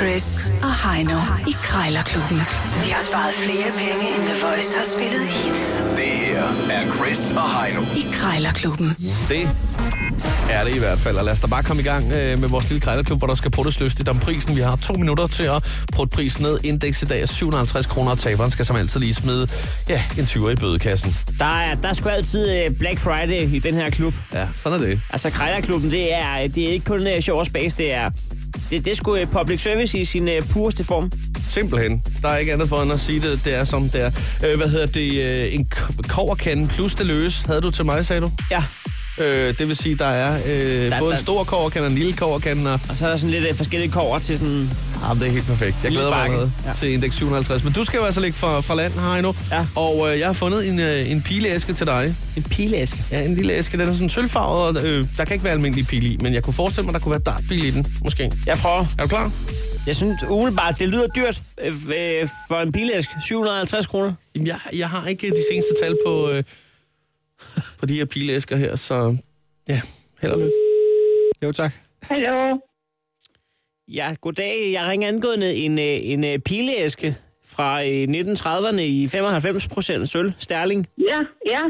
Chris og Heino i Krejlerklubben. De har sparet flere penge, end The Voice har spillet hits Det her er Chris og Heino. i Krejlerklubben. Det er det i hvert fald. Og lad os da bare komme i gang øh, med vores lille krejlerklub, hvor der skal pruttes lystigt om prisen. Vi har to minutter til at prutte prisen ned. Indeks i dag er 750 kroner, og taberen skal som altid lige smide ja, en 20 i bødekassen. Der er, der er sgu altid øh, Black Friday i den her klub. Ja, sådan er det. Altså, Krejlerklubben, det er, det er ikke kun øh, sjov og spas, det er... Det, det er sgu øh, public service i sin øh, pureste form. Simpelthen. Der er ikke andet for end at sige det. Det er som det er. Øh, hvad hedder det? Øh, en k- koverkande plus det løse havde du til mig, sagde du? Ja. Øh, det vil sige, der er øh, Der- både der- en stor koverkande og en lille koverkande. Og... Og så er der sådan lidt øh, forskellige kover til sådan... Jamen, det er helt perfekt. Jeg Lille glæder mig bakke. allerede ja. Ja. til Index 750. Men du skal jo altså ligge fra, fra land her endnu. Ja. Og øh, jeg har fundet en, øh, en pileæske til dig. En pileæske. Ja, en lille æske. Den er sådan sølvfarvet, og øh, der kan ikke være almindelig pile i. Men jeg kunne forestille mig, der kunne være dartpil i den, måske. Jeg prøver. Er du klar? Jeg synes umiddelbart, det lyder dyrt øh, f- øh, for en pileæske. 750 kroner. Jamen, jeg, jeg har ikke de seneste tal på, øh, på de her pileæsker her, så ja, held og lykke. Jo, tak. Hallo. Ja, goddag. Jeg ringer angående en, øh, en øh, pileæske fra øh, 1930'erne i 95% sølv, sterling. Ja, ja.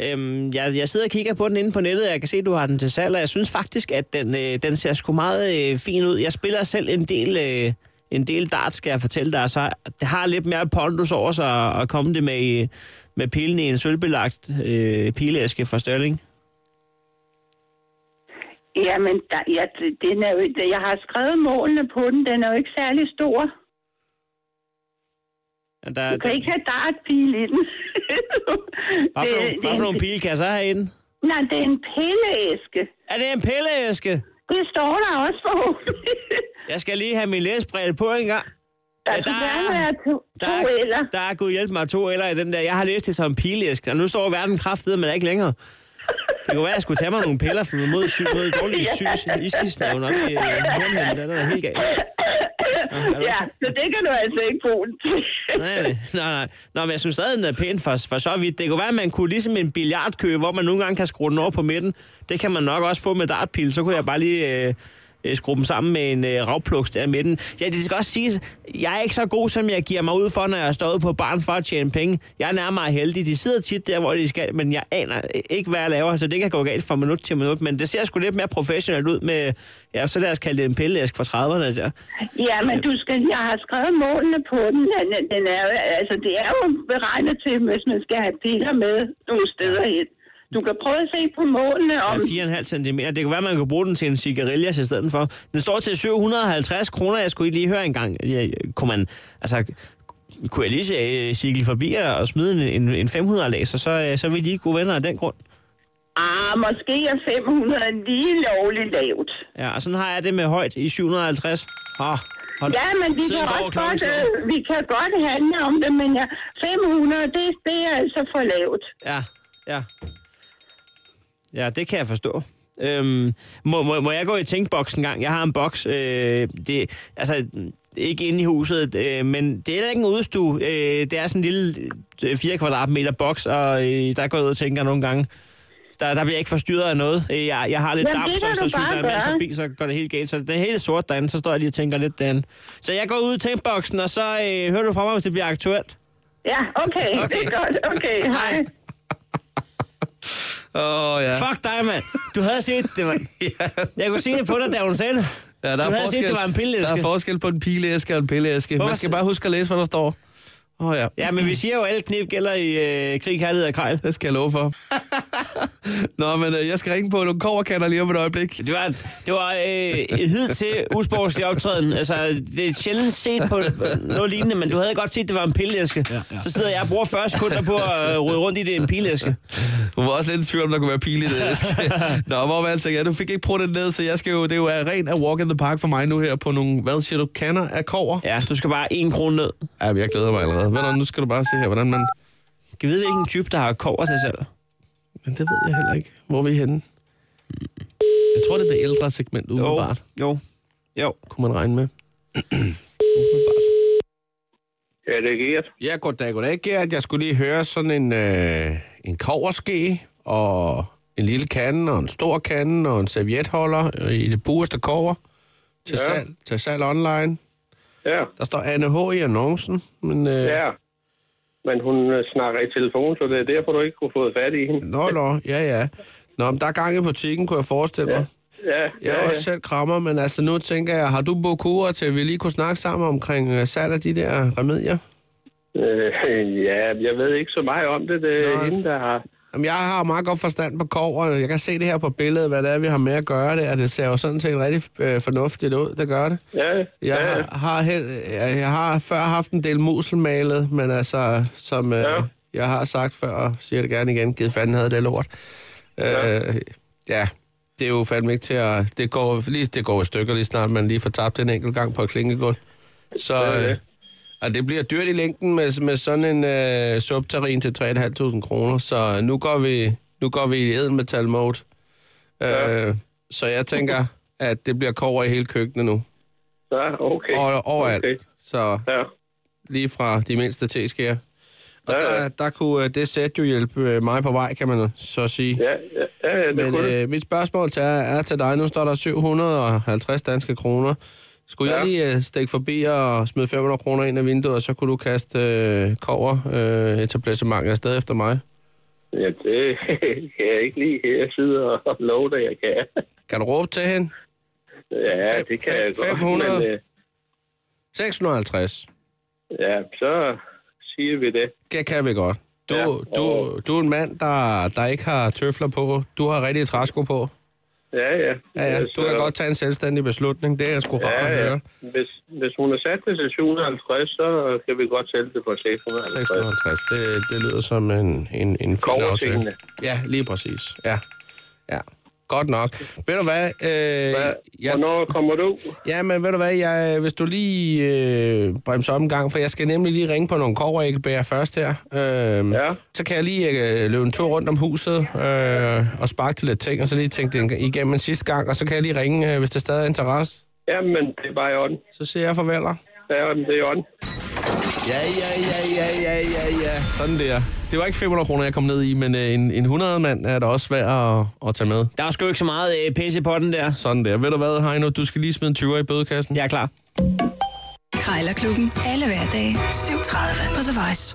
Øhm, jeg, jeg sidder og kigger på den inde på nettet, og jeg kan se, at du har den til salg, og jeg synes faktisk, at den, øh, den ser sgu meget øh, fin ud. Jeg spiller selv en del, øh, en del dart, skal jeg fortælle dig, så det har lidt mere pondus over sig at, at komme det med, i- med pilen i en sølvbelagt øh, pileæske fra Sterling. Jamen, der, ja, det- den er jo, det- jeg har skrevet målene på den. Den er jo ikke særlig stor. Ja, Der, Du kan der- ikke have dartpil i den. Hvad for, Det- nogle- det er hvad for en- nogle pile kan jeg så have inde? Nej, det er en pilleæske. Er det en pilleæske? Det står der også forhåbentlig. Jeg skal lige have min læsbrille på en gang. Ja, Der ja, der der, er- gerne være to, Der to eller. er, der er gået hjælp mig to eller i den der. Jeg har læst det som pileæsk, og nu står verden kraftedet, men ikke længere. Det kunne være, at jeg skulle tage mig nogle piller for mod, sy- mod dårlig sys, iskisnævn op i øh, hornhænden. Den er da helt galt. Nå, er du Ja, ikke- så det kan du altså ikke bruge den til. Nej, nej, nej, nej. Nå, men jeg synes stadig, den er pæn for, for så vidt. Det kunne være, at man kunne ligesom en billardkø, hvor man nogle gange kan skrue den over på midten. Det kan man nok også få med dartpil. Så kunne jeg bare lige øh, øh, skrue dem sammen med en øh, ravpluks der i midten. Ja, det skal også siges, jeg er ikke så god, som jeg giver mig ud for, når jeg står ude på barn for at tjene penge. Jeg er nærmere heldig. De sidder tit der, hvor de skal, men jeg aner ikke, hvad jeg laver, så det kan gå galt fra minut til minut. Men det ser sgu lidt mere professionelt ud med, ja, så lad os kalde det en pilleæsk fra 30'erne der. Ja, men du skal, jeg har skrevet målene på den. Den, er- den er, jo- altså, det er jo beregnet til, hvis man skal have piller med nogle steder hen. Du kan prøve at se på målene om... Ja, 4,5 cm. Det kunne være, man kunne bruge den til en cigarillas i stedet for. Den står til 750 kroner. Jeg skulle lige høre en gang. Ja, kunne man, altså, kunne jeg lige øh, cykle forbi og smide en, en, en 500 laser, så, øh, så er vi lige gode venner af den grund. Ah, måske er 500 lige lovligt lavt. Ja, og sådan har jeg det med højt i 750. Oh, hold. Ja, men vi Tiden kan, går, også klokken godt, slår. øh, vi kan godt handle om det, men ja, 500, det, det er altså for lavt. Ja, ja. Ja, det kan jeg forstå. Øhm, må, må, må jeg gå i tænkboks en gang? Jeg har en boks. Øh, det, altså, ikke inde i huset, øh, men det er heller ikke en udstue. Øh, det er sådan en lille øh, 4 kvadratmeter boks, og øh, der går jeg ud og tænker nogle gange. Der, der bliver jeg ikke forstyrret af noget. Øh, Jeg, jeg har lidt Jamen, damp, det så kan så du sygt, bare der er en mand gøre. forbi, så går det helt galt. Så det er helt sort derinde, så står jeg lige og tænker lidt derinde. Så jeg går ud i tænkboksen, og så øh, hører du fra mig, hvis det bliver aktuelt. Ja, okay, okay. det er godt. Okay, hej. Hej. Åh, oh, ja. Fuck dig, mand. Du havde set det, mand. Jeg kunne se det på dig, da hun sagde det. ja der du er havde forskel, set, det var en Der er pilleæske. For... forskel på en pileæske og en pilleæske. Man Hvorfor skal s- bare huske at læse, hvad der står. Åh, oh, ja. Ja, men vi siger jo, at alle knep gælder i øh, krig, kærlighed og krejl. Det skal jeg love for. Nå, men øh, jeg skal ringe på nogle koverkander lige om et øjeblik. Det var, det var øh, hed til usportslig optræden. Altså, det er sjældent set på noget lignende, men du havde godt set, at det var en pilleæske. Ja, ja. Så sidder jeg og bruger 40 sekunder på at øh, rode rundt i det en pilleæske. Du var også lidt i tvivl om, der kunne være pil i det. Nå, hvor var altså, ja, du fik ikke prøvet det ned, så jeg skal jo, det er jo er ren af walk in the park for mig nu her på nogle, hvad siger du, kanner af kover? Ja, du skal bare en krone ned. Ja, men jeg glæder mig allerede. Ved du, nu skal du bare se her, hvordan man... Kan vide, hvilken type, der har kover til selv? Men det ved jeg heller ikke. Hvor er vi henne? Jeg tror, det er det ældre segment, umiddelbart, jo, jo. kunne man regne med. Ja, det er Gert. Ja, goddag, goddag, Gert. Jeg skulle lige høre sådan en, øh, en koverske øh, og en lille kande og en stor kande og en servietholder i det bureste kover til, Ja. salg, til salg online. Ja, Der står Anne H. i annoncen, men... Øh, ja. Men hun øh, snakker i telefon, så det er derfor, du ikke kunne få fat i hende. Nå, nå, ja, ja. Nå, men der er gang i butikken, kunne jeg forestille mig. Ja, Jeg er ja, også ja. selv krammer, men altså nu tænker jeg, har du bokurer til, at vi lige kunne snakke sammen omkring øh, salg af de der remedier? Øh, ja, jeg ved ikke så meget om det. Det er Nå. hende, der har... Jamen, jeg har meget godt forstand på kov, og jeg kan se det her på billedet, hvad det er, vi har med at gøre det, og det ser jo sådan set rigtig øh, fornuftigt ud, der gør det. Ja, Jeg ja, har, har, held, jeg, jeg har før haft en del muselmalet, men altså, som øh, ja. Ja. jeg har sagt før, og siger det gerne igen, givet fanden havde det lort. Ja. Øh, ja, det er jo fandme ikke til at... Det går, lige, det går i stykker lige snart, man lige får tabt en enkelt gang på et klinkegulv. Så, Ja, ja. øh, og det bliver dyrt i længden med, med sådan en øh, subterrin til 3.500 kroner, så nu går vi, nu går vi i edelmetal mode. Ja. Øh, så jeg tænker, at det bliver kover i hele køkkenet nu. ja, Ah, okay. Over, overalt. Okay. Okay. Så Ja, lige fra de mindste teskeer. Og Ja, der, ja. der kunne øh, det sæt jo hjælpe øh, mig på vej, kan man så sige. ja, ja, ja, ja det Men kunne det. øh, mit spørgsmål til, er, er til dig. Nu står der 750 danske kroner. Skulle ja. Ja. jeg lige øh, stikke forbi og smide 500 kroner ind af vinduet, og så kunne du kaste øh, kover øh, etablissementet afsted efter mig? Ja, det kan jeg ikke lige her sidde og love dig, jeg kan. Kan du råbe til hende? Ja, Fem- det kan fem- jeg godt. 500. Men, øh, 650. ja, så siger vi det. Det kan vi godt. Du, ja. Ja, du, og- du er en mand, der, der ikke har tøfler på. Du har rigtige træsko på. Ja, ja. Ja, ja. Du kan så- godt tage en selvstændig beslutning. Det er jeg sgu rart at høre. Hvis, hvis hun er sat det til 750, så kan vi godt sælge det for 650. 650. Det, det lyder som en, en, en fin aftale. Kobbertingene. Ja, lige præcis. Ja. ja. Godt nok. Ved du hvad? Øh, Hvad, jeg, Hvornår kommer du? ja, men ved du hvad? Jeg, hvis du lige øh, bremser op en gang, for jeg skal nemlig lige ringe på nogle koveræggebæger først her. Øh, Ja. Så kan jeg lige øh, løbe en tur rundt om huset øh, og sparke til lidt ting, og så lige tænke det igennem en sidste gang, og så kan jeg lige ringe, øh, hvis der stadig er interesse. Jamen, det er bare i orden. Så siger jeg farvel. og- Ja, men det er i orden. Ja, ja, ja, ja, ja, ja, ja. Sådan der. Det var ikke 500 kroner, jeg kom ned i, men øh, en, en 100 mand er da også værd at, at tage med. Der er sgu ikke så meget øh, pisse på den der. Sådan der. Ved du hvad, Heino? Du skal lige smide en 20'er i bødekassen. Jeg er klar. Krejlerklubben. Alle hverdage. 7.30 på The Voice.